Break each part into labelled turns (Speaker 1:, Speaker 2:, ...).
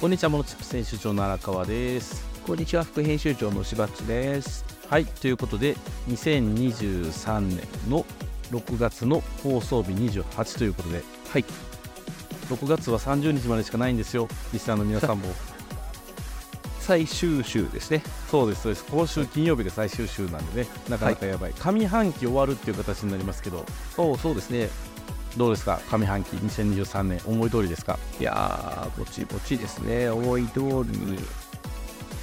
Speaker 1: こんにちはモノチップ選手長の荒川です
Speaker 2: こんにちは副編集長のしばっちです。
Speaker 1: はいということで2023年の6月の放送日28ということで
Speaker 2: はい、
Speaker 1: 6月は30日までしかないんですよリスナーの皆さんも
Speaker 2: 最終週ですね。
Speaker 1: そうですそうです今週金曜日が最終週なんでねなかなかやばい、上半期終わるっていう形になりますけど
Speaker 2: おそうですね。
Speaker 1: どうですか上半期2023年思い通りですか
Speaker 2: いやー、ぼちぼちですね。思い通りに、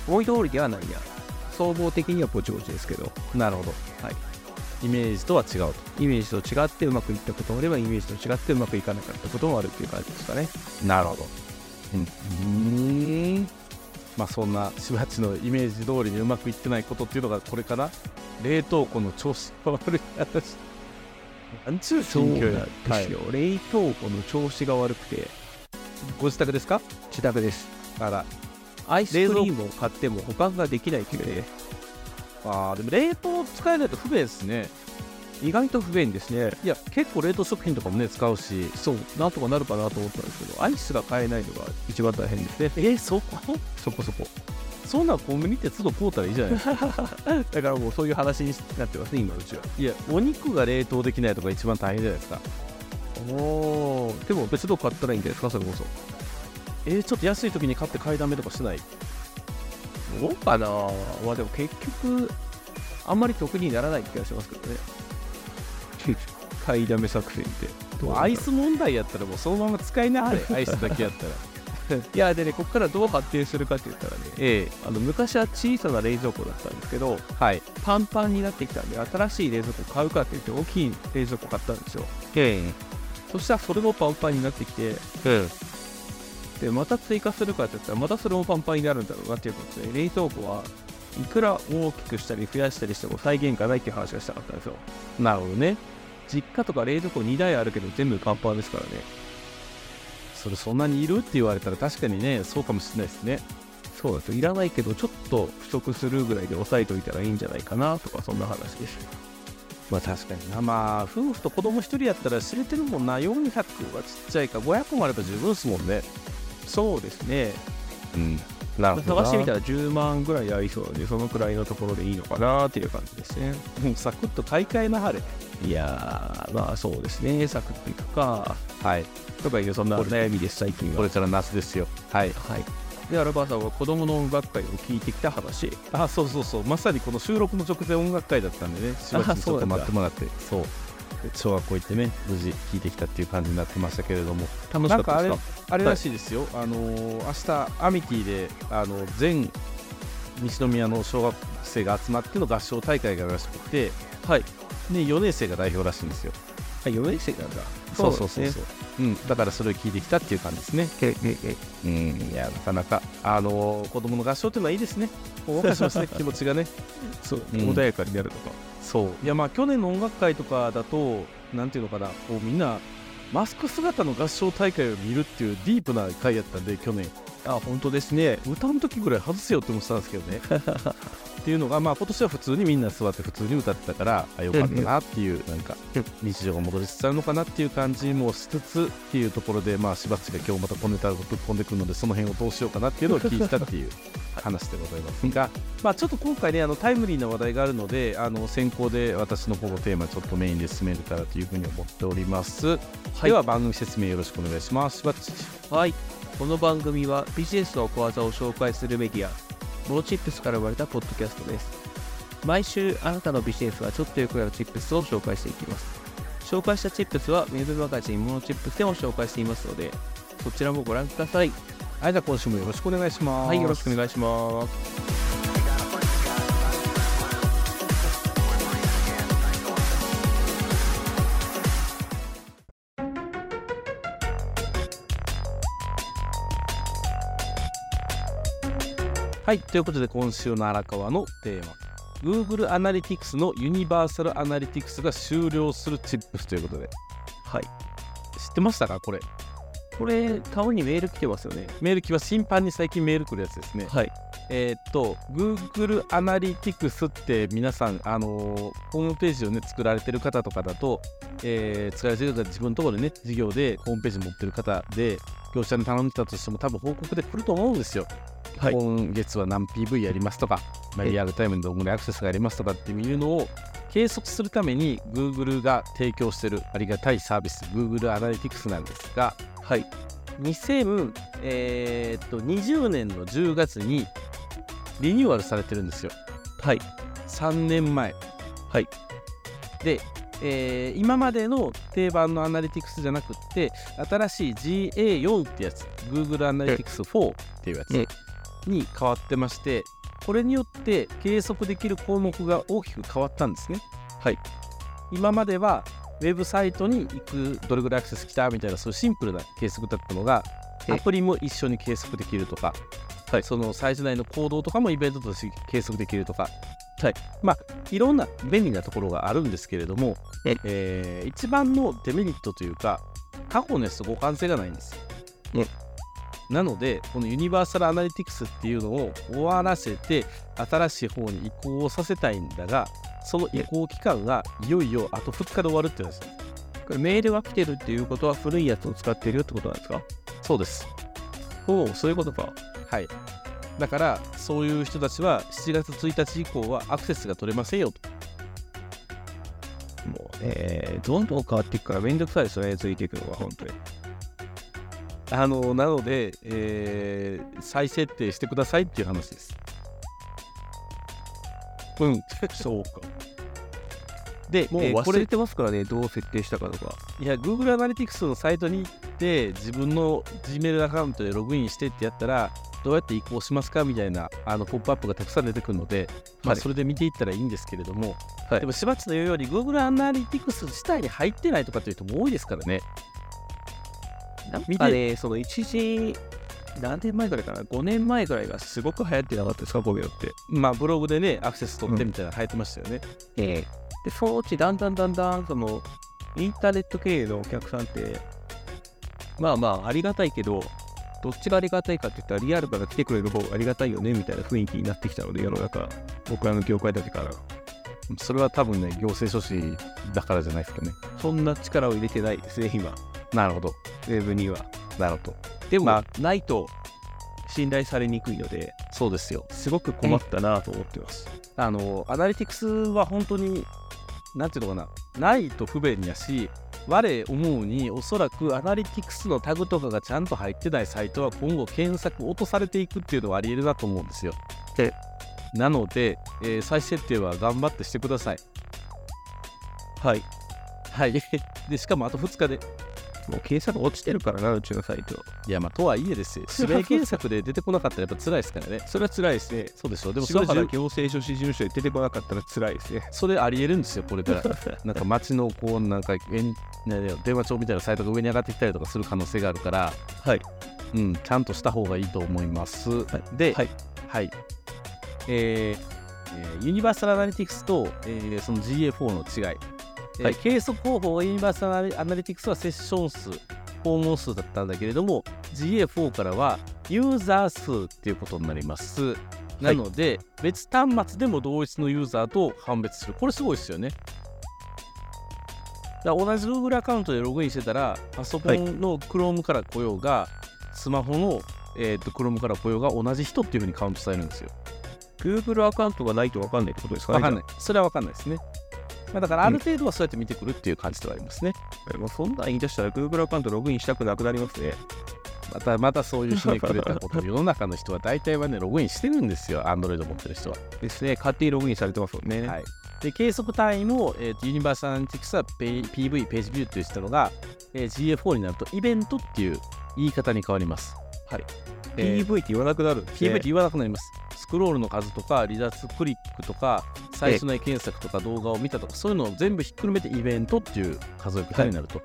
Speaker 2: 思い通りではないや。総合的にはぼちぼちですけど、
Speaker 1: なるほど
Speaker 2: はい、
Speaker 1: イメージとは違うと
Speaker 2: イメージと違ってうまくいったこともあれば、イメージと違ってうまくいかなかったこともあるっていう感じですかね。
Speaker 1: なるほど
Speaker 2: うん。
Speaker 1: まあ、そんなしばちのイメージ通りにうまくいってないことっていうのがこれから冷凍庫の調子が悪い話なんちゅう
Speaker 2: そう
Speaker 1: 心
Speaker 2: なん
Speaker 1: 境や
Speaker 2: ですよ、冷凍庫の調子が悪くて、
Speaker 1: ご自宅ですか
Speaker 2: 自宅です。
Speaker 1: あら
Speaker 2: アイス
Speaker 1: 冷
Speaker 2: ク
Speaker 1: 蔵庫
Speaker 2: リームを買っても保管ができないくて、
Speaker 1: あーでも冷凍使えないと不便ですね
Speaker 2: 意外と不便ですね。
Speaker 1: いや結構冷凍食品とかもね使うし
Speaker 2: そう、なんとかなるかなと思ったんですけど、アイスが買えないのが一番大変ですね。
Speaker 1: えー、そこ
Speaker 2: そこそこ。
Speaker 1: そんなんコンビニって都度買うたらいいじゃないですか
Speaker 2: だからもうそういう話になってますね、今うちは。
Speaker 1: いやお肉が冷凍できないとか一番大変じゃないですか
Speaker 2: おでも別の買ったらいいんじゃないですか、それこそ。
Speaker 1: えー、ちょっと安い時に買って買いだめとかしない
Speaker 2: どうかなまあでも結局、あんまり得にならない気がしますけどね。 買いだめ作戦って。
Speaker 1: アイス問題やったらもうそのまま使いな はれアイスだけやったら
Speaker 2: いや、でね、ここからどう発展するかって言ったらね、
Speaker 1: ええ
Speaker 2: あの昔は小さな冷蔵庫だったんですけど、
Speaker 1: はい
Speaker 2: パンパンになってきたんで、新しい冷蔵庫買うかって言って、大きい冷蔵庫買ったんですよ。
Speaker 1: え
Speaker 2: そしたらそれもパンパンになってきて、
Speaker 1: えうん
Speaker 2: でまた追加するかって言ったらまたそれもパンパンになるんだろうなっていうことで冷蔵庫はいくら大きくしたり増やしたりしても再現がないっていう話がしたかったんですよ
Speaker 1: なるほどね。
Speaker 2: 実家とか冷蔵庫2台あるけど全部パンパンですからね
Speaker 1: それそんなにいるって言われたら確かにね、そうかもしれないですね。
Speaker 2: そうですいらないけどちょっと不足するぐらいで抑えといたらいいんじゃないかなとかそんな話です
Speaker 1: まあ確かにな。まあ夫婦と子供一人やったら知れてるもんな。400はちっちゃいか、500もあれば十分ですもんね。
Speaker 2: そうですね
Speaker 1: うん。な
Speaker 2: 探してみた
Speaker 1: ら、
Speaker 2: ら10万ぐらいありそうなのでそのくらいのところでいいのかなっていう感じですね
Speaker 1: もうサクッと買い替えなはれ。
Speaker 2: いやーまあそうですねサクッといくか
Speaker 1: はい。
Speaker 2: とかいうそんな悩みです最近は
Speaker 1: これから夏ですよ。はい。
Speaker 2: はい、でアルバーさんは子供の音楽会を聞いてきた話
Speaker 1: あ、そうそうそう。まさにこの収録の直前音楽会だったんでね、しばらくちょっと待ってもらって、そう。で小学校行ってね、無事聴いてきたっていう感じになってましたけれども。
Speaker 2: 楽し
Speaker 1: な
Speaker 2: か
Speaker 1: ん
Speaker 2: っ
Speaker 1: か
Speaker 2: た
Speaker 1: あ
Speaker 2: で
Speaker 1: れ
Speaker 2: すか
Speaker 1: あれらしいですよ、あのー明日アミティであの全西宮の小学生が集まっての合唱大会があるらしくて、
Speaker 2: はい、
Speaker 1: ね、4年生が代表らしいんですよ、
Speaker 2: はい、4年生なんだ
Speaker 1: そうそうそうそう、うん、だからそれを聞いてきたっていう感じですね、
Speaker 2: えええ
Speaker 1: うん、いやなかなか、あのー子供の合唱っていうのはいいですね、ほうかしますね、気持ちがね、
Speaker 2: そう、
Speaker 1: うん
Speaker 2: 穏やかになるとか
Speaker 1: そう、いや、まあ、去年の音楽会とかだと、なんていうのかな、こうみんな、マスク姿の合唱大会を見るっていうディープな会やったんで、去年。
Speaker 2: あ本当ですね
Speaker 1: 歌の時ぐらい外せよって思ってたんですけどね。っていうのが、まあ、今年は普通にみんな座って普通に歌ってたからあよかったなっていうなんか
Speaker 2: うん
Speaker 1: 日常が戻りつつあるのかなっていう感じもしつつっていうところで、まあ、しばっちが今日また小ネタをぶっ込んでくるのでその辺をどうしようかなっていうのを聞いてたっていう話でございますが、まあ、ちょっと今回ねあのタイムリーな話題があるのであの先行で私の方のテーマちょっとメインで進めれたらというふうに思っております、では番組説明よろしくお願いしますしばっち
Speaker 2: はいこの番組はビジネスの小技を紹介するメディアモノチップスから生まれたポッドキャストです毎週あなたのビジネスはちょっとよくなるチップスを紹介していきます紹介したチップスはウェブマガジンモノチップスでも紹介していますのでそちらもご覧ください
Speaker 1: はいじゃあ今週もよろしくお願いします
Speaker 2: はいよろしくお願いします
Speaker 1: はい、ということで今週の荒川のテーマ Google アナリティクスのユニバーサルアナリティクスが終了するチップスということで
Speaker 2: はい。
Speaker 1: 知ってましたかこれ
Speaker 2: これ、たまにメール来てますよね。
Speaker 1: メール来は頻繁に最近メール来るやつですね
Speaker 2: はい。
Speaker 1: えーっと Google アナリティクスって皆さんあのーホームページをね作られてる方とかだと、えー作られてる方自分のところでね事業でホームページ持ってる方で業者に頼んでたとしても多分報告で来ると思うんですよ。
Speaker 2: はい
Speaker 1: 今月は何 PV やりますとか、まあ、
Speaker 2: ええ
Speaker 1: リアルタイムでどんぐらいアクセスがありますとかっていうのを計測するために Google が提供してるありがたいサービス Google アナリティクスなんですが
Speaker 2: はい
Speaker 1: 2020、えーっと20年の10月にリニューアルされてるんですよ
Speaker 2: はい
Speaker 1: 3年前
Speaker 2: はい
Speaker 1: で、えー今までの定番のアナリティクスじゃなくって新しい GA4 ってやつ Google アナリティクス4っていうや
Speaker 2: え
Speaker 1: つに変わってましてこれによって計測できる項目が大きく変わったんですね
Speaker 2: はい
Speaker 1: 今まではウェブサイトに行くどれぐらいアクセス来たみたいなそういうシンプルな計測だったのが
Speaker 2: え
Speaker 1: アプリも一緒に計測できるとか、
Speaker 2: はい
Speaker 1: そのサイト内の行動とかもイベントとして計測できるとか、
Speaker 2: はい
Speaker 1: まあ、いろんな便利なところがあるんですけれども
Speaker 2: え、
Speaker 1: えー一番のデメリットというか過去のやつと互換性がないんですよ。
Speaker 2: ね
Speaker 1: なのでこのユニバーサルアナリティクスっていうのを終わらせて新しい方に移行をさせたいんだがその移行期間がいよいよあと2日で終わるって言うんですよ
Speaker 2: これメールが来てるっていうことは古いやつを使ってるよってことなんですか
Speaker 1: そうです
Speaker 2: おおそういうことか
Speaker 1: はいだからそういう人たちは7月1日以降はアクセスが取れませんよと
Speaker 2: もうえー、どんどん変わっていくからめんどくさいですよねついていくのが本当に
Speaker 1: あのなので、えー再設定してくださいっていう話ですうん そうかで
Speaker 2: もう
Speaker 1: えーこ
Speaker 2: 忘
Speaker 1: れ
Speaker 2: れてますからね、どう設定したかとか
Speaker 1: いや Google アナリティクスのサイトに行って自分の Gmail アカウントでログインしてってやったらどうやって移行しますかみたいなあのポップアップがたくさん出てくるので、ま
Speaker 2: は
Speaker 1: あ、
Speaker 2: い
Speaker 1: それで見ていったらいいんですけれども、
Speaker 2: はい
Speaker 1: でもしばっちの言うように Google アナリティクス自体に入ってないとかっていう人も多いですからね
Speaker 2: なん
Speaker 1: 見
Speaker 2: か
Speaker 1: て
Speaker 2: ね、その一時、何年前ぐらいかな、5年前ぐらいがすごく流行ってなかったですか、ボゲロって。
Speaker 1: まあブログでねアクセス取ってみたいなの入ってましたよね、
Speaker 2: で、そのうちだんだんだんだん、その、インターネット経由のお客さんって、まあまあ、ありがたいけど、どっちがありがたいかって言ったら、リアルから来てくれる方がありがたいよね、みたいな雰囲気になってきたので、世の中、僕らの業界だけから。
Speaker 1: それは多分ね行政書士だからじゃないですかね
Speaker 2: そんな力を入れてないですね、今、
Speaker 1: なるほど
Speaker 2: ウェブには。
Speaker 1: なるほど
Speaker 2: でも、
Speaker 1: ま
Speaker 2: ないと信頼されにくいので、
Speaker 1: そうですよ
Speaker 2: すごく困ったなと思ってます。
Speaker 1: あのアナリティクスは本当になんていうのかなないと不便やし我思うにおそらくアナリティクスのタグとかがちゃんと入ってないサイトは今後検索落とされていくっていうのはありえるなと思うんですよ
Speaker 2: で
Speaker 1: なので、えー再設定は頑張ってしてください
Speaker 2: はい。
Speaker 1: はい でしかもあと2日で
Speaker 2: もう計算が落ちてるからな、うちのサイト。
Speaker 1: いやまあとはいえですよ指名検索で出てこなかったらやっぱ辛いですからね
Speaker 2: それは辛いですね。
Speaker 1: そうでしょうで
Speaker 2: で
Speaker 1: も
Speaker 2: も、
Speaker 1: そ
Speaker 2: そ
Speaker 1: れ
Speaker 2: れ
Speaker 1: 重
Speaker 2: 行政書士事務所で出てこなかったら辛いです ね。
Speaker 1: それありえるんですよこれからなんか街のこうなんかえんなんだよ電話帳みたいなサイトが上に上がってきたりとかする可能性があるから、
Speaker 2: はい。
Speaker 1: うん、ちゃんとした方がいいと思います。で、
Speaker 2: はい
Speaker 1: はいえーえーユニバーサルアナリティクスと、えーその GA4 の違い、えー
Speaker 2: はい
Speaker 1: 計測方法はユニバーサルアナリアナリティクスはセッション数訪問数だったんだけれども GA4 からはユーザー数っていうことになります。なので、別端末でも同一のユーザーと判別するこれすごいですよね。だから同じ Google アカウントでログインしてたらパソコンの Chrome から来ようが、スマホの、えー、と Chrome から来ようが同じ人っていうふうにカウントされるんですよ。
Speaker 2: Google アカウントがないと分かんないってことですかね。
Speaker 1: わかん
Speaker 2: い。
Speaker 1: ない。それはわかんないですね。まあ、だからあ
Speaker 2: うん
Speaker 1: る程度はそうやって見てくるっていう感じではありますね。
Speaker 2: もうそんなん言い出したら Google アカウントログインしたくなくなりますね。
Speaker 1: またまたそういうひねくれたことを世の中の人は大体はねログインしてるんですよ、Android を持ってる人は。
Speaker 2: ですね。勝手にログインされてますもんね。
Speaker 1: はい、で計測単位も、えーとユニバーサルアナリティクスはペイ PV、ページビューって言ってたのが、えー GA4 になるとイベントっていう言い方に変わります。
Speaker 2: はい
Speaker 1: えー
Speaker 2: PV って言わなくなるんです、ね。
Speaker 1: PV って言わなくなります。スクロールの数とか、離脱クリックとか、最初の検索とか、動画を見たとか、そういうのを全部ひっくるめてイベントっていう数え方になると、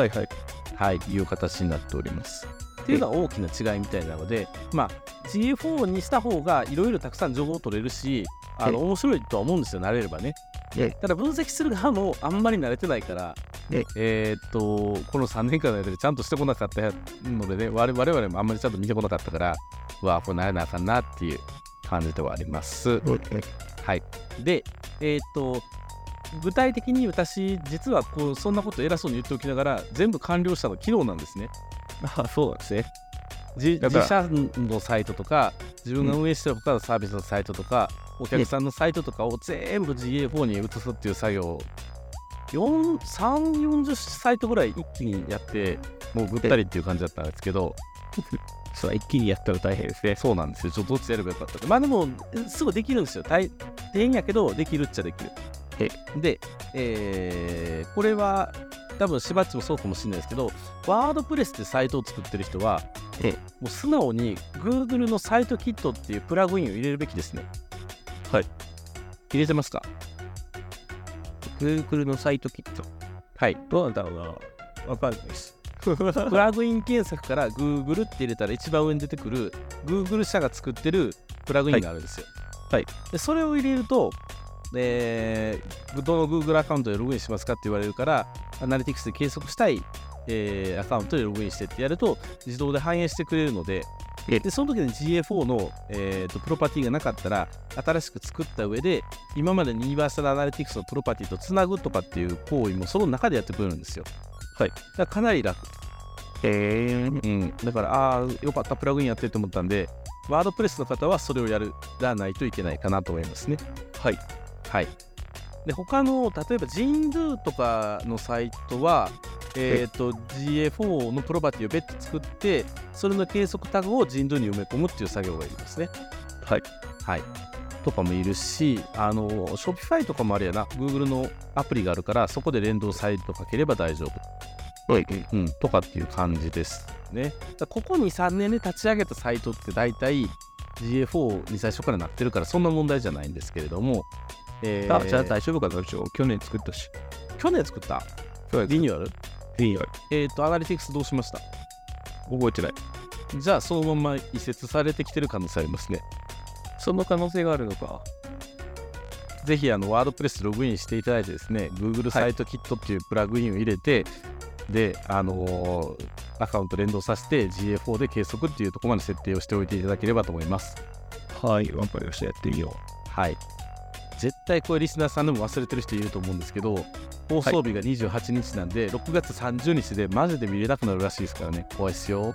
Speaker 2: はいはい。
Speaker 1: はい、いう形になっております。っていうのは大きな違いみたいなので、まあ、GA4 にした方がいろいろたくさん情報を取れるし、あの
Speaker 2: え
Speaker 1: 面白いとは思うんですよ、慣れればね
Speaker 2: ええ。
Speaker 1: ただ分析する側もあんまり慣れてないから、
Speaker 2: え
Speaker 1: え
Speaker 2: え
Speaker 1: ーっとこの3年間の間でちゃんとしてこなかったのでね、我々我々もあんまりちゃんと見てこなかったから、うわあ、これ慣れなあかんなっていう感じではあります。はい、で、えーっと具体的に私、実はこうそんなこと偉そうに言っておきながら、全部完了したの昨日なんですね。
Speaker 2: あそうなんですね。
Speaker 1: じ
Speaker 2: だか
Speaker 1: 自社
Speaker 2: ら
Speaker 1: のサイトとか自分が運営してる他のサービスのサイトとか、お客さんのサイトとかを全部 GA4 に移すっていう作業を340サイトぐらい一気にやってもうぐったりっていう感じだったんですけど
Speaker 2: そう一気にやったら大変ですね。
Speaker 1: そうなんですよちょっとずつやればよかったってまあでもすぐできるんですよ大大変やけどできるっちゃできるで、えーこれは多分しばっちもそうかもしれないですけどワードプレスでサイトを作ってる人は
Speaker 2: ええ
Speaker 1: もう素直に Google のサイトキットっていうプラグインを入れるべきですね
Speaker 2: はい
Speaker 1: 入れてますか
Speaker 2: Google のサイトキット。
Speaker 1: はい
Speaker 2: どうなんだろうな。わかんないです。
Speaker 1: プラグイン検索から Google って入れたら一番上に出てくる Google 社が作ってるプラグインがあるんですよ。
Speaker 2: はい
Speaker 1: でそれを入れると、えーどの Google アカウントでログインしますかって言われるから、アナリティクスで計測したい、えーアカウントでログインしてってやると自動で反映してくれるので、
Speaker 2: え
Speaker 1: でその時に GA4 の、えーとプロパティがなかったら新しく作った上で今までにユニバーサルアナリティクスのプロパティとつなぐとかっていう行為もその中でやってくれるんですよ。
Speaker 2: はい
Speaker 1: だからかなり楽
Speaker 2: へえ。
Speaker 1: うん、だから、ああー、よかった、プラグインやってると思ったんで、ワードプレスの方はそれをやるらないといけないかなと思いますね。
Speaker 2: はい。
Speaker 1: はい。で、他の、例えば、Jindu とかのサイトは、えっ、と、GA4 のプロパティを別途作って、それの計測タグを Jindu に埋め込むっていう作業がいりますね。
Speaker 2: はい。
Speaker 1: はい。とかもいるし、あの、Shopify とかもあれやな、Google のアプリがあるから、そこで連動サイトかければ大丈夫。
Speaker 2: はい。
Speaker 1: うん、とかっていう感じですね。だからここに3年で立ち上げたサイトって大体 GA4 に最初からなってるからそんな問題じゃないんですけれども、えー
Speaker 2: あ、じゃあ大丈夫かなちょ去年作ったし。
Speaker 1: 去年作った
Speaker 2: そう
Speaker 1: リニューアル
Speaker 2: リニューア
Speaker 1: えっ、と、アナリティクスどうしました
Speaker 2: ル。覚えてない。
Speaker 1: じゃあそのまま移設されてきてる可能性ありますね。
Speaker 2: その可能性があるのか。
Speaker 1: ぜひあのワードプレスログインしていただいてですね、Google サイトキットっていうプラグインを入れて、で、あのーアカウント連動させて GA4 で計測っていうところまで設定をしておいていただければと思います。
Speaker 2: はい。わかりました。やってみよ
Speaker 1: はい。絶対これリスナーさんでも忘れてる人いると思うんですけど、放送日が28日なんで、6月30日でマジで見れなくなるらしいですからね、怖いっす よ。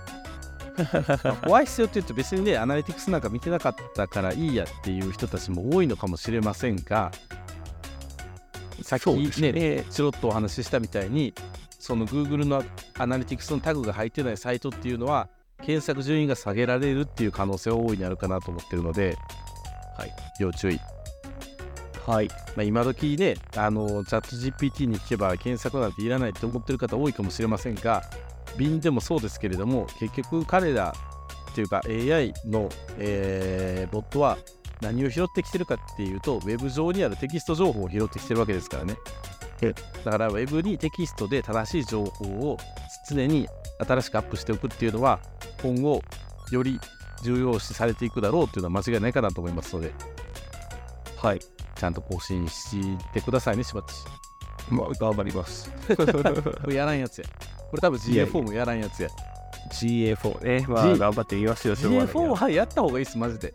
Speaker 1: まあ怖いっすよって言うと別にね、アナリティクスなんか見てなかったからいいやっていう人たちも多いのかもしれませんが、さっき
Speaker 2: そうです
Speaker 1: ね、
Speaker 2: ね
Speaker 1: ちろっとお話ししたみたいに、その Google のアナリティクスのタグが入ってないサイトっていうのは、検索順位が下げられるっていう可能性は大いにあるかなと思ってるので、はい、要注意。
Speaker 2: う。はい。
Speaker 1: まあ、今時ね、あのチャット GPT に聞けば検索なんていらないって思ってる方多いかもしれませんが、便でもそうですけれども、結局彼らっていうか AI の、えーボットは何を拾ってきてるかっていうと、ウェブ上にあるテキスト情報を拾ってきてるわけですからね
Speaker 2: え。
Speaker 1: だからウェブにテキストで正しい情報を常に新しくアップしておくっていうのは、今後より重要視されていくだろうっていうのは間違いないかなと思いますので、
Speaker 2: はい。
Speaker 1: ちゃんと更新してくださいね、しばっち。
Speaker 2: まあ、頑張り ます。
Speaker 1: これやらんやつや。これ多分
Speaker 2: いやいや
Speaker 1: GA4 もやらんやつや。
Speaker 2: GA4 ね。まあ、
Speaker 1: G-
Speaker 2: 頑張ってみますよ。しょうがないけ
Speaker 1: GA4
Speaker 2: ど
Speaker 1: ははいやった方がいいです、マジで。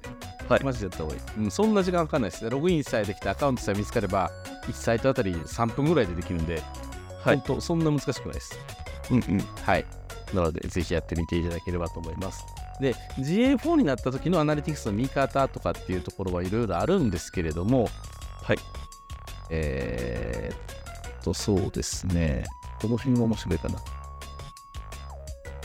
Speaker 2: はい
Speaker 1: マジでやった方がいい。うん、そんな時間かかんないです。ログインさえできてアカウントさえ見つかれば、1サイトあたり3分ぐらいでできるんで、
Speaker 2: はい
Speaker 1: 本当そんな難しくないです。
Speaker 2: うんうん。
Speaker 1: はい。なので、ぜひやってみていただければと思います。で、GA4 になった時のアナリティクスの見方とかっていうところはいろいろあるんですけれども、
Speaker 2: はい。
Speaker 1: えー、っと、そうですね。この辺も面白いかな。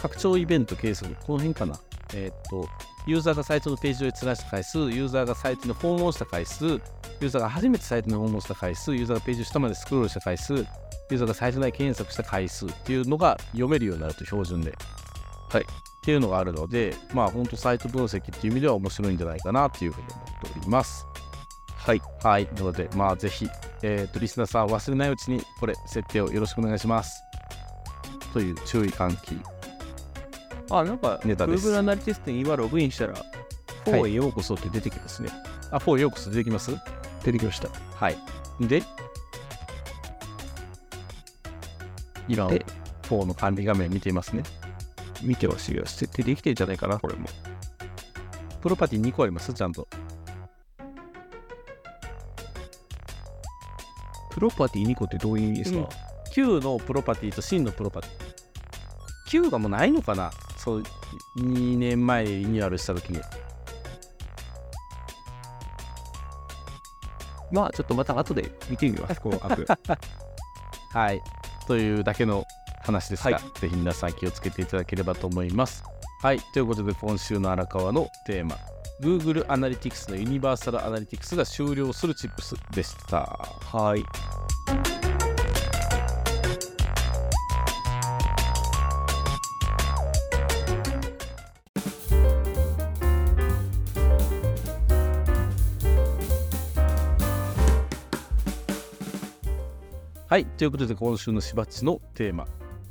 Speaker 1: 拡張イベント計測、この辺かな。えーっと、ユーザーがサイトのページを閲覧した回数、ユーザーがサイトに訪問した回数、ユーザーが初めてサイトに訪問した回数、ユーザーがページを下までスクロールした回数、ユーザーがサイト内検索した回数っていうのが読めるようになると標準で。
Speaker 2: はい
Speaker 1: っていうのがあるので、まあ本当サイト分析っていう意味では面白いんじゃないかなというふうに思っております。
Speaker 2: はい。
Speaker 1: はい。なので、まあ、ぜひ、えっ、と、リスナーさん、忘れないうちに、これ、設定をよろしくお願いします。という注意喚起。
Speaker 2: あ、なんか、
Speaker 1: ネタです
Speaker 2: Google アナリティクスに今ログインしたら、4へようこそって出てきますね。
Speaker 1: あ、4ようこそ出てきます
Speaker 2: 出てきました。
Speaker 1: はい。で、今、
Speaker 2: で
Speaker 1: 4の管理画面見ていますね。
Speaker 2: 見てますよ。設定できてんじゃないかな、これも。
Speaker 1: プロパティ2個ありますちゃんと。
Speaker 2: プロパティ2個ってどういう意味ですか、
Speaker 1: うん Q のプロパティと真のプロパティ。 Q がもうないのかなそう2年前リニューアルした時に
Speaker 2: まあちょっとまた後で見てみます。この額
Speaker 1: はいというだけの話ですが、
Speaker 2: は
Speaker 1: ぜひ皆さん気をつけていただければと思いますはいということで今週の荒川のテーマ Google Analytics のユニバーサル Analytics が終了するチップスでした
Speaker 2: はい。
Speaker 1: はい、ということで今週のしばっちのテーマ、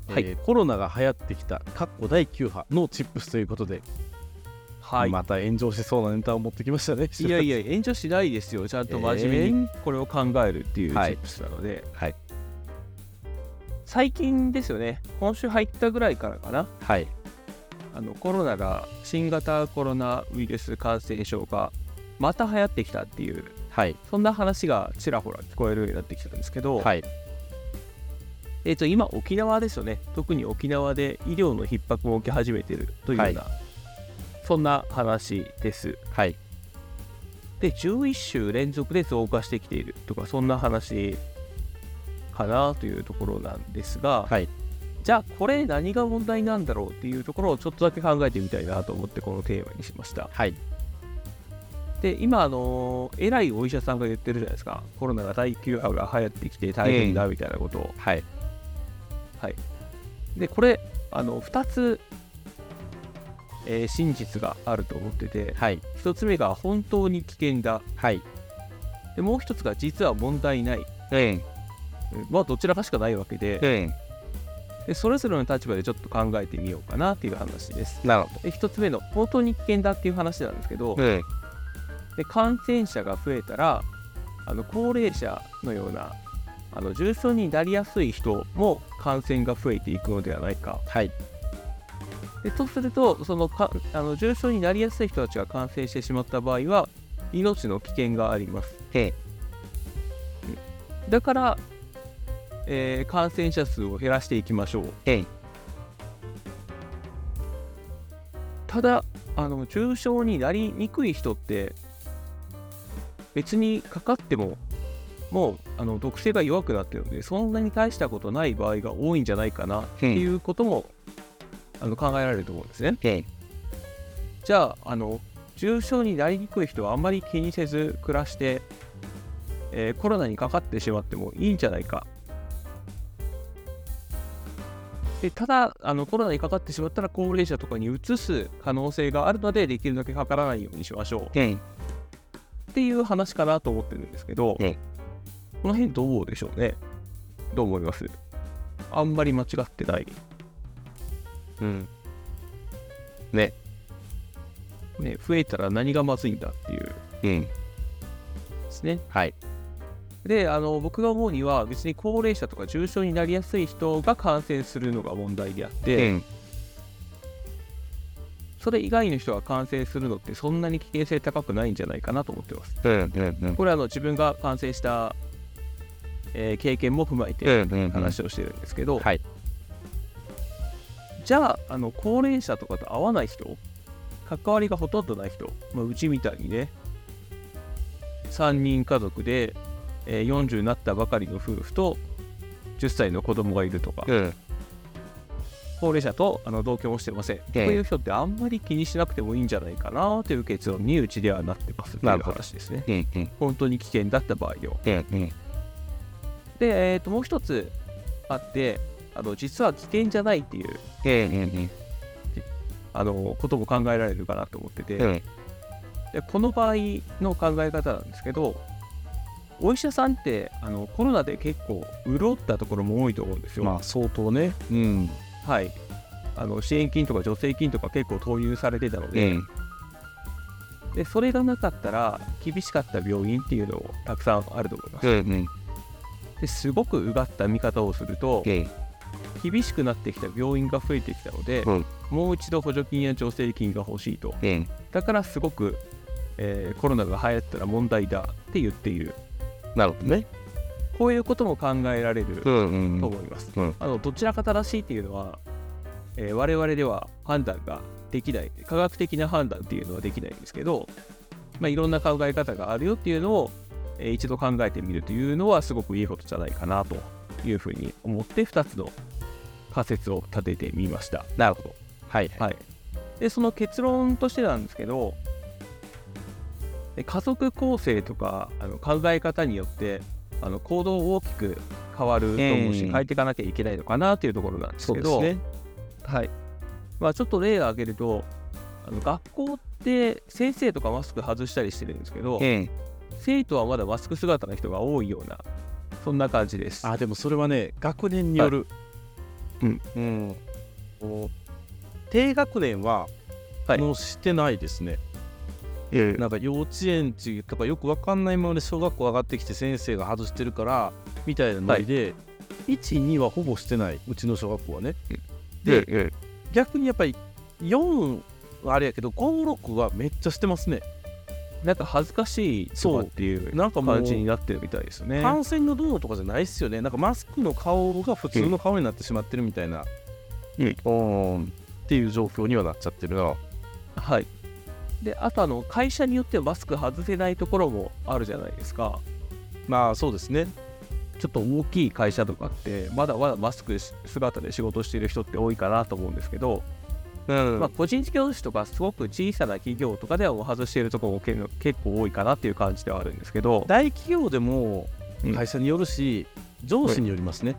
Speaker 2: はい
Speaker 1: えーコロナが流行ってきたかっこ第9波のチップスということで、
Speaker 2: はい。
Speaker 1: また炎上しそうなネタを持ってきましたね。
Speaker 2: いやいや、炎上しないですよ。ちゃんと真面目にこれを考えるっていうチ
Speaker 1: はい
Speaker 2: ップスなので、
Speaker 1: はい
Speaker 2: 最近ですよね、今週入ったぐらいからかな、
Speaker 1: はい
Speaker 2: あのコロナが、新型コロナウイルス感染症がまた流行ってきたっていう、
Speaker 1: はい
Speaker 2: そんな話がちらほら聞こえるようになってきたんですけど、
Speaker 1: はい
Speaker 2: えー、と今、沖縄ですよね、特に沖縄で医療の逼迫を受け始めてるというような、そんな話です。
Speaker 1: はい
Speaker 2: で11週連続で増加してきているとかそんな話かなというところなんですが、
Speaker 1: はい
Speaker 2: じゃあこれ何が問題なんだろうっていうところをちょっとだけ考えてみたいなと思ってこのテーマにしました
Speaker 1: はい
Speaker 2: で今あのー偉いお医者さんが言ってるじゃないですかコロナが第9波が流行ってきて大変だみたいなことを、
Speaker 1: はい
Speaker 2: でこれあの2つ、えー真実があると思ってて
Speaker 1: はい
Speaker 2: 1つ目が本当に危険だ
Speaker 1: はい
Speaker 2: でもう1つが実は問題ない
Speaker 1: うん
Speaker 2: まあどちらかしかないわけ
Speaker 1: う
Speaker 2: で
Speaker 1: ん
Speaker 2: でそれぞれの立場でちょっと考えてみようかなっていう話です。
Speaker 1: なるほ
Speaker 2: で1つ目の本当に危険だっていう話なんですけ
Speaker 1: ど
Speaker 2: ど
Speaker 1: うん
Speaker 2: で感染者が増えたらあの高齢者のようなあの重症になりやすい人も感染が増えていくのではないか
Speaker 1: はい
Speaker 2: でとするとそのかあの重症になりやすい人たちが感染してしまった場合は命の危険があります
Speaker 1: うん
Speaker 2: だから、えー感染者数を減らしていきましょう
Speaker 1: うん
Speaker 2: ただあの重症になりにくい人って別にかかってももうあの毒性が弱くなってるのでそんなに大したことない場合が多いんじゃないかなっていうことも、あの考えられると思うんですね。
Speaker 1: うん
Speaker 2: じゃああの重症になりにくい人はあんまり気にせず暮らして、えーコロナにかかってしまってもいいんじゃないか。でただあのコロナにかかってしまったら高齢者とかにうつす可能性があるのでできるだけかからないようにしましょ
Speaker 1: うん
Speaker 2: うっていう話かなと思ってるんですけど、
Speaker 1: うん
Speaker 2: この辺どうでしょうねどう思いますあんまり間違ってない
Speaker 1: うんね
Speaker 2: ね増えたら何がまずいんだっていう
Speaker 1: うん
Speaker 2: ですね
Speaker 1: はい
Speaker 2: であの僕が思うには別に高齢者とか重症になりやすい人が感染するのが問題であって、
Speaker 1: うん
Speaker 2: それ以外の人が感染するのってそんなに危険性高くないんじゃないかなと思ってます
Speaker 1: うんうんうん
Speaker 2: これはあの自分が感染した、えー経験も踏まえ
Speaker 1: う
Speaker 2: て
Speaker 1: んうんうん
Speaker 2: 話をしてるんですけど、
Speaker 1: はい
Speaker 2: じゃああの高齢者とかと会わない人関わりがほとんどない人、まあ、うちみたいにね3人家族で、えー40になったばかりの夫婦と10歳の子供がいるとか、
Speaker 1: うん
Speaker 2: 高齢者とあの同居もしてません、こういう人ってあんまり気にしなくてもいいんじゃないかなという結論にうちではなってますとい
Speaker 1: な
Speaker 2: う
Speaker 1: るほど
Speaker 2: 話ですね
Speaker 1: うんうん
Speaker 2: 本当に危険だった場合よ
Speaker 1: うんうん
Speaker 2: で、えー、ともう一つあってあの実は危険じゃないっていう
Speaker 1: うんうん
Speaker 2: あのことも考えられるかなと思ってて、
Speaker 1: うんうん
Speaker 2: でこの場合の考え方なんですけどお医者さんってあのコロナで結構潤ったところも多いと思うんですよ、
Speaker 1: まあ相当ねうん
Speaker 2: はいあの支援金とか助成金とか結構投入されてたの
Speaker 1: う
Speaker 2: で,、
Speaker 1: ん
Speaker 2: でそれがなかったら厳しかった病院っていうのもたくさんあると思います、
Speaker 1: うんうん
Speaker 2: ですごくうがった見方をすると、
Speaker 1: うん
Speaker 2: 厳しくなってきた病院が増えてきたので、
Speaker 1: うん
Speaker 2: もう一度補助金や助成金が欲しいと
Speaker 1: うん
Speaker 2: だからすごく、えーコロナが流行ったら問題だって言っている
Speaker 1: なるほどね
Speaker 2: こういうことも考えられる
Speaker 1: うんうん
Speaker 2: と
Speaker 1: うん
Speaker 2: 思います、
Speaker 1: うん
Speaker 2: あのどちらか正しいっていうのは、えー我々では判断ができない科学的な判断っていうのはできないんですけど、まあ、いろんな考え方があるよっていうのを、えー一度考えてみるというのはすごくいいことじゃないかなというふうに思って2つの仮説を立ててみました。
Speaker 1: なるほど。はい、
Speaker 2: はい、でその結論としてなんですけどえ家族構成とかあの考え方によってあの行動を大きく変わると思うし、
Speaker 1: うん
Speaker 2: 変えていかなきゃいけないのかなというところなんですけど、
Speaker 1: ね。
Speaker 2: はいまあ、ちょっと例を挙げるとあの学校って先生とかマスク外したりしてるんですけど、
Speaker 1: うん。
Speaker 2: 生徒はまだマスク姿の人が多いようなそんな感じです。
Speaker 1: あ、でもそれはね、学年による。
Speaker 2: うん。
Speaker 1: うん。こう低学年は、
Speaker 2: はい
Speaker 1: もうしてないですね。
Speaker 2: え
Speaker 1: なんか幼稚園児とかよくわかんないままで小学校上がってきて先生が外してるからみたいなノリで、1、2はほぼしてないうちの小学校はね。で、
Speaker 2: で、
Speaker 1: 逆にやっぱり4はあれやけど5、6はめっちゃしてますね。
Speaker 2: なんか恥ずかしいとかっていう
Speaker 1: なんかもう
Speaker 2: 感じになってるみたいですよね。
Speaker 1: 感染のどうのとかじゃないっすよね。なんかマスクの顔が普通の顔になってしまってるみたいな。
Speaker 2: うん
Speaker 1: うんっていう状況にはなっちゃってるな。
Speaker 2: はい。で、あとあの、会社によってはマスク外せないところもあるじゃないですか。
Speaker 1: まあそうですね。
Speaker 2: ちょっと大きい会社とかって、まだまだマスク姿で仕事してる人って多いかなと思うんですけど、
Speaker 1: うん
Speaker 2: まあ、個人事業主とか、すごく小さな企業とかではもう外しているところもけ結構多いかなっていう感じではあるんですけど、
Speaker 1: 大企業でも
Speaker 2: うん
Speaker 1: 会社によるし、上司によりますね。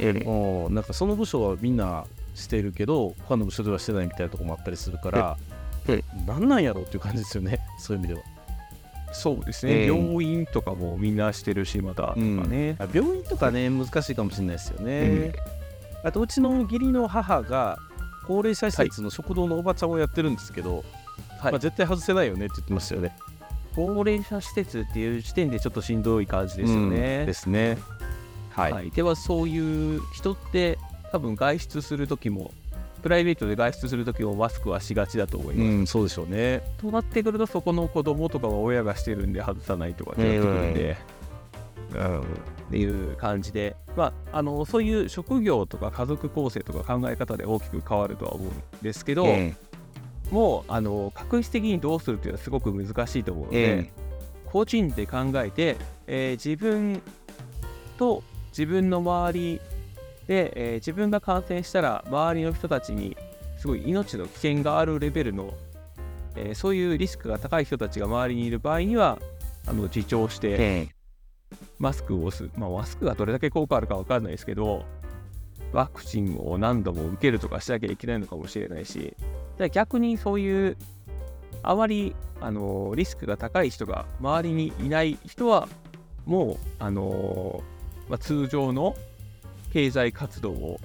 Speaker 1: うんなんかその部署はみんなしてるけど他の部署ではしてないみたいなところもあったりするから
Speaker 2: ええ
Speaker 1: 何なんやろうっていう感じですよねそういう意味では
Speaker 2: そうですね、
Speaker 1: えー
Speaker 2: 病院とかもみんなしてるし、まだとかね。
Speaker 1: あ病院とかね難しいかもしれないですよ
Speaker 2: え
Speaker 1: ねあとうちの義理の母が高齢者施設の食堂のおばちゃんをやってるんですけど、
Speaker 2: はい
Speaker 1: まあ、絶対外せないよねって言ってましたよね。
Speaker 2: 高齢者施設っていう時点でちょっとしんどい感じですよね。
Speaker 1: うんですね。はい。
Speaker 2: はい、ではそういう人って多分外出する時もプライベートで外出する時もマスクはしがちだと思いうます、
Speaker 1: ん、そうでしょうね。
Speaker 2: となってくるとそこの子供とかは親がしてるんで外さないとかってなってくるんで、っていう感じで、まあ、あのそういう職業とか家族構成とか考え方で大きく変わるとは思うんですけど、もうあの確率的にどうするっていうのはすごく難しいと思うので、個人で考えて、えー自分と自分の周りで、えー自分が感染したら周りの人たちにすごい命の危険があるレベルの、えーそういうリスクが高い人たちが周りにいる場合にはあの自重してマスクをする、まあ、マスクがどれだけ効果あるか分かんないですけどワクチンを何度も受けるとかしなきゃいけないのかもしれないしで逆にそういうあまり、あのーリスクが高い人が周りにいない人はもう、あのーまあ、通常の経済活動を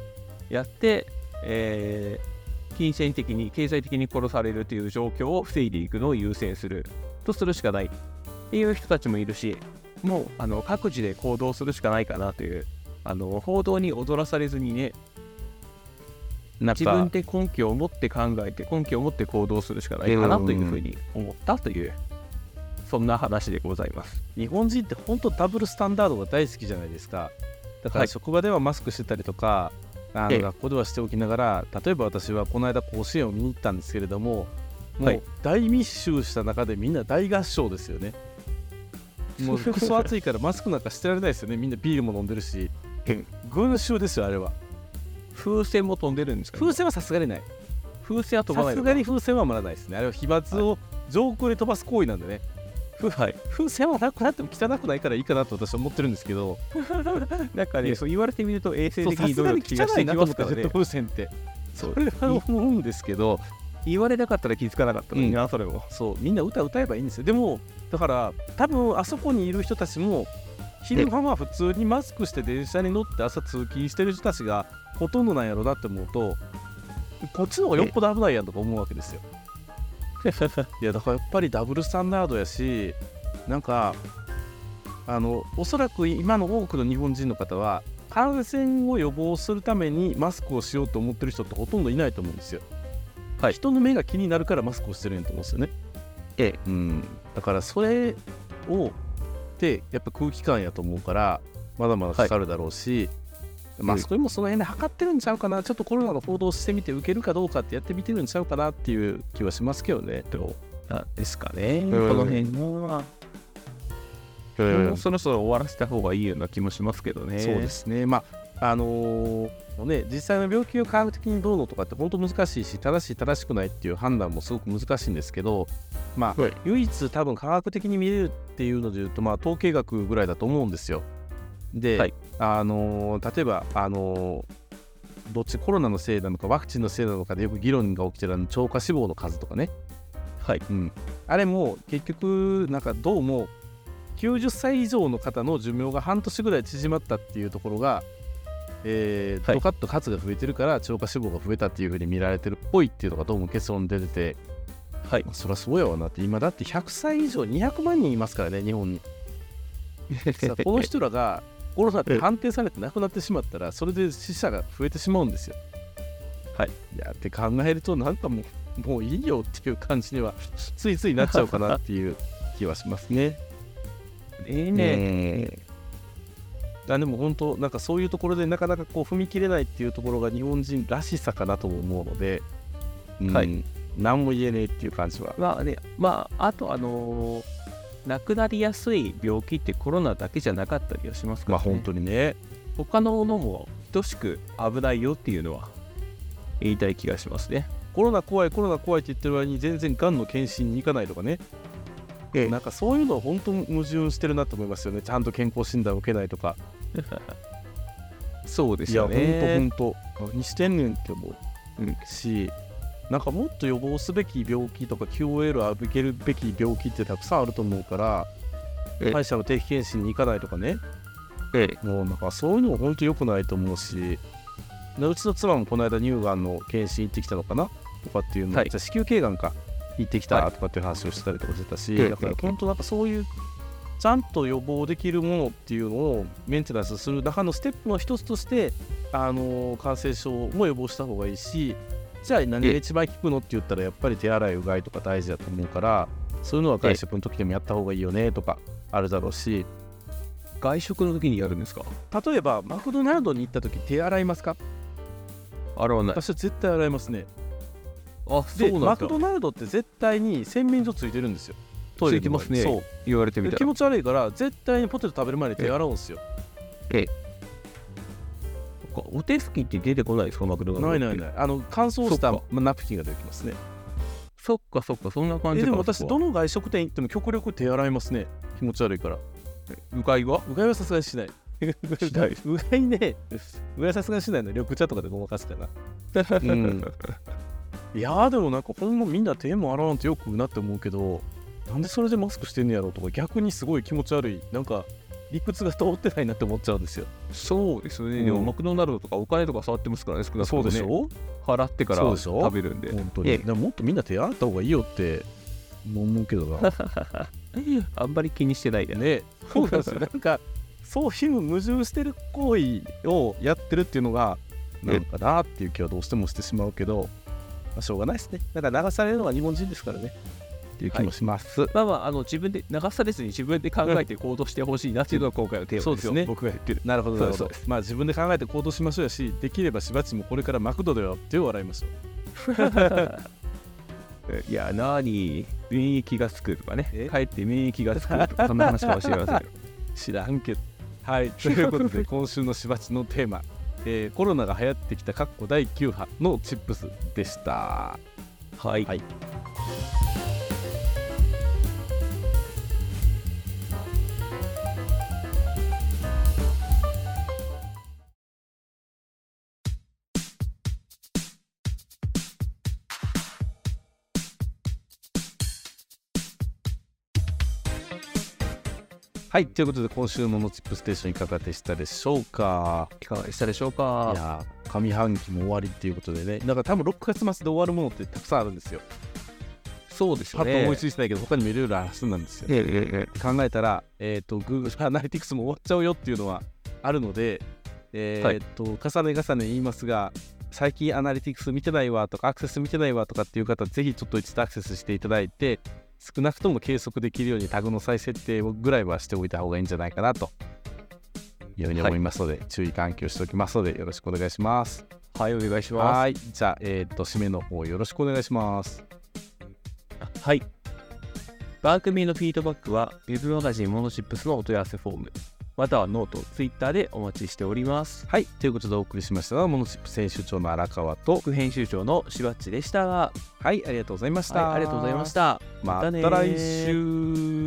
Speaker 2: やって、えー金銭的に経済的に殺されるという状況を防いでいくのを優先するとするしかないっていう人たちもいるしもうあの各自で行動するしかないかなという、あの報道に踊らされずにね
Speaker 1: なん
Speaker 2: 自
Speaker 1: か
Speaker 2: 分で根拠を持って考えて根拠を持って行動するしかないかなというふうに思ったというそんな話でございます。
Speaker 1: 日本人って本当ダブルスタンダードが大好きじゃないですかだか
Speaker 2: は
Speaker 1: ら
Speaker 2: い
Speaker 1: 職場ではマスクしてたりとか、あ
Speaker 2: え
Speaker 1: の
Speaker 2: え
Speaker 1: 学校ではしておきながら例えば私はこの間甲子園を見に行ったんですけれどもも
Speaker 2: は
Speaker 1: う
Speaker 2: い
Speaker 1: 大密集した中でみんな大合唱ですよねもうクソ暑いからマスクなんかしてられないですよねみんなビールも飲んでるし
Speaker 2: え
Speaker 1: 群衆ですよあれは
Speaker 2: 風船も飛んでるんですか、
Speaker 1: 風船はさすがにない
Speaker 2: 風船は飛ばな
Speaker 1: さ
Speaker 2: い
Speaker 1: す
Speaker 2: の
Speaker 1: が
Speaker 2: か
Speaker 1: に風船はまらないですねあれは飛沫を上空で飛ばす行為なんでね、
Speaker 2: はい、
Speaker 1: 風船はなくなっても汚くないからいいかなと私は思ってるんですけど
Speaker 2: なんか
Speaker 1: い
Speaker 2: ね
Speaker 1: や
Speaker 2: そう言われてみると衛生
Speaker 1: そう
Speaker 2: 的
Speaker 1: さ
Speaker 2: に
Speaker 1: す
Speaker 2: 努
Speaker 1: が
Speaker 2: 力
Speaker 1: に
Speaker 2: 気がし
Speaker 1: 汚
Speaker 2: て
Speaker 1: いな
Speaker 2: き
Speaker 1: と
Speaker 2: ま
Speaker 1: 思
Speaker 2: す
Speaker 1: った
Speaker 2: か
Speaker 1: ジ
Speaker 2: ら
Speaker 1: ェ
Speaker 2: ね
Speaker 1: ット風船って
Speaker 2: そ
Speaker 1: そうれは思うんですけど
Speaker 2: 言われなかったら気づかなかったのにな、それも
Speaker 1: そうみんな歌歌えばいいんですよでもだから多分あそこにいる人たちも昼間は普通にマスクして電車に乗って朝通勤してる人たちがほとんどなんやろなって思うとこっちの方がよっぽど危ないやんとか思うわけですよいやだからやっぱりダブルスタンダードやしなんかあのおそらく今の多くの日本人の方は感染を予防するためにマスクをしようと思ってる人ってほとんどいないと思うんですよ。
Speaker 2: はい
Speaker 1: 人の目が気になるからマスクをしてるんやと思うんですよね。
Speaker 2: ええ
Speaker 1: うん、だからそれをってやっぱ空気感やと思うからまだまだかかるだろうし、ま
Speaker 2: う
Speaker 1: あ
Speaker 2: ん
Speaker 1: そこもその辺で測ってるんちゃうかな、ちょっとコロナの報道してみて、受けるかどうかってやってみてるんちゃうかなっていう気はしますけどね、でも
Speaker 2: あですかね、
Speaker 1: ん
Speaker 2: この辺は、もうそろそろ終わらせた方がいいような気もしますけどね。
Speaker 1: そうですね、まああのーね、実際の病気を科学的にどうのとかって本当難しいし、正しい、正しくないっていう判断もすごく難しいんですけど、まあ、
Speaker 2: はい
Speaker 1: 唯一多分科学的に見れるっていうのでいうと、まあ、統計学ぐらいだと思うんですよ。で、
Speaker 2: はい
Speaker 1: あのー例えば、あのーどっちコロナのせいなのかワクチンのせいなのかでよく議論が起きてるあの超過死亡の数とかね、
Speaker 2: はい。
Speaker 1: うん、あれも結局なんかどうも90歳以上の方の寿命が半年ぐらい縮まったっていうところが、えー
Speaker 2: はい
Speaker 1: ドカッと数が増えてるから超過死亡が増えたっていうふうに見られてるっぽいっていうのがどうも結論で出てて、
Speaker 2: はい
Speaker 1: ま。あそりゃそうやわなって今だって100歳以上200万人いますからね日本にさ あこの人らがコロナって判定されて亡くなってしまったらそれで死者が増えてしまうんですよ
Speaker 2: はい
Speaker 1: いやって考えるとなんかもうもういいよっていう感じにはついついなっちゃうかなっていう気はしますね
Speaker 2: ええね。
Speaker 1: ねあでも本当なんかそういうところでなかなかこう踏み切れないっていうところが日本人らしさかなとも思うので、うん
Speaker 2: はい
Speaker 1: 何も言えねえっていう感じは
Speaker 2: まあね、まあ、あと、あのー亡くなりやすい病気ってコロナだけじゃなかったりはしますか
Speaker 1: まあ
Speaker 2: ら、ね。
Speaker 1: 本当にね
Speaker 2: 他のものも等しく危ないよっていうのは言いたい気がしますね。
Speaker 1: コロナ怖いコロナ怖いって言ってる割に全然がんの検診に行かないとかね、
Speaker 2: ええ
Speaker 1: なんかそういうのは本当に矛盾してるなと思いますよねちゃんと健康診断を受けないとか
Speaker 2: そうで
Speaker 1: い
Speaker 2: す
Speaker 1: や
Speaker 2: よ
Speaker 1: ほ
Speaker 2: ね。
Speaker 1: んとほんと何してんねんって思う、
Speaker 2: うん
Speaker 1: しなんかもっと予防すべき病気とか QOL を受けるべき病気ってたくさんあると思うから
Speaker 2: ええ
Speaker 1: 歯医者の定期検診に行かないとかね
Speaker 2: え
Speaker 1: もうなんかそういうのも本当良くないと思うしでうちの妻もこの間乳がんの検診行ってきたのかなとかっていうの、
Speaker 2: はい
Speaker 1: じゃあ子宮頸がんか行ってきた
Speaker 2: は
Speaker 1: とかっていう話をしてたりとかしてたし、
Speaker 2: ええ
Speaker 1: だから
Speaker 2: ええ
Speaker 1: 本当なんかそういうちゃんと予防できるものっていうのをメンテナンスする中のステップの一つとして、あのー感染症も予防した方がいいしじゃあ何が一番効くのって言ったらやっぱり手洗いうがいとか大事だと思うからそういうのは外食の時でもやった方がいいよねとかあるだろうし、
Speaker 2: 外食の時にやるんですか
Speaker 1: 例えばマクドナルドに行った時手洗いますか
Speaker 2: 洗わない。
Speaker 1: 私は絶対洗いますね
Speaker 2: あ、
Speaker 1: で
Speaker 2: そうな
Speaker 1: マク
Speaker 2: んですか
Speaker 1: ドナルドって絶対に洗面所ついてるんですよトイレ
Speaker 2: ついてます
Speaker 1: の
Speaker 2: ね
Speaker 1: 前にそう
Speaker 2: 言われてみ
Speaker 1: で
Speaker 2: た
Speaker 1: 気
Speaker 2: ら。
Speaker 1: 持ち悪いから絶対にポテト食べる前に手洗うんですよ
Speaker 2: お手拭きって出てこないですか、マクドナルド。
Speaker 1: ないない
Speaker 2: い。
Speaker 1: ないあの乾燥した
Speaker 2: そっか
Speaker 1: まナプキンができますね
Speaker 2: そっかそっか、そんな感
Speaker 1: え
Speaker 2: じか
Speaker 1: でも私
Speaker 2: そ
Speaker 1: ど
Speaker 2: こ
Speaker 1: の外食店行っても極力手洗いますね気持ち悪いから
Speaker 2: はうがいは
Speaker 1: うがいはさすが にしないう
Speaker 2: ない
Speaker 1: がいねうがいはさすがにしないの緑茶とかでごまかすかなうんいやーでもなんかほんまみんな手も洗わんとよくなって思うけどなんでそれでマスクしてんねやろとか逆にすごい気持ち悪いなんか理屈が通ってないなって思っちゃうんですよ
Speaker 2: そうですね、
Speaker 1: うん
Speaker 2: でもマクドナルドとかお金とか触ってますからね、少なくともね、
Speaker 1: ょ
Speaker 2: 払ってから
Speaker 1: そうでしょ
Speaker 2: 食べるんで。
Speaker 1: 本当
Speaker 2: ええ
Speaker 1: にでももっとみんな手洗った方がいいよって思うけど な
Speaker 2: あんまり気にしてないでね。
Speaker 1: ねそうなんですよなんかそういう矛盾してる行為をやってるっていうのがなんかなっていう気はどうしてもしてしまうけど、まあ、しょうがないですねなんか流されるのが日本人ですからねっていう気もします、
Speaker 2: まあまあ、あの自分で流されずに自分で考えて行動してほしいなっていうのが今回のテーマです
Speaker 1: そ
Speaker 2: よ、
Speaker 1: うですね
Speaker 2: 僕が言ってる。
Speaker 1: なるほどな
Speaker 2: そう
Speaker 1: る
Speaker 2: で
Speaker 1: ほ
Speaker 2: す
Speaker 1: どまあ自分で考えて行動しましょうやしできればしばちもこれからマクドでは手を洗いましょう
Speaker 2: いや、なーに、免疫がつくとかね
Speaker 1: え、
Speaker 2: 帰って免疫がつくとか、そんな話かもしれま せんよ。
Speaker 1: 知らんけどはい ということで今週のしばちのテーマ、えーコロナが流行ってきたかっこ第9波のチップスでした
Speaker 2: はい。
Speaker 1: はいはいということで今週の「のチップステーション」いかがでしたでしょうか
Speaker 2: いかがでしたでしょう
Speaker 1: い
Speaker 2: か。
Speaker 1: やー上半期も終わりっていうことでねなんか多分6月末で終わるものってたくさんあるんですよ
Speaker 2: そうです
Speaker 1: パ
Speaker 2: よ
Speaker 1: ッ
Speaker 2: ね。
Speaker 1: と思いついてないけど他にもいろいろあるはずなんですよ
Speaker 2: えええええ
Speaker 1: 考えたら、えー、と Google Analytics も終わっちゃうよっていうのはあるので、えー
Speaker 2: はい
Speaker 1: と重ね重ね言いますが最近アナリティクス見てないわとかアクセス見てないわとかっていう方ぜひちょっと一度アクセスしていただいて少なくとも計測できるようにタグの再設定をぐらいはしておいた方がいいんじゃないかなというふうに思いますので、注意喚起をしておきますのでよろしくお願いします。
Speaker 2: はい、お願いしま
Speaker 1: はいじゃあ、えー、と締めの方よろしくお願いします。
Speaker 2: す。はい。番組へのフィードバックは、ウェブマガジンモノシップスのお問い合わせフォーム、またはノート、ツイッターでお待ちしております。
Speaker 1: はいということでお送りしましたのはモノチップ選手長の荒川と
Speaker 2: 副編集長のしばっちでした。はい、
Speaker 1: はいありがとうございました。
Speaker 2: ありがとうございまし。た。
Speaker 1: また
Speaker 2: またねー
Speaker 1: 来週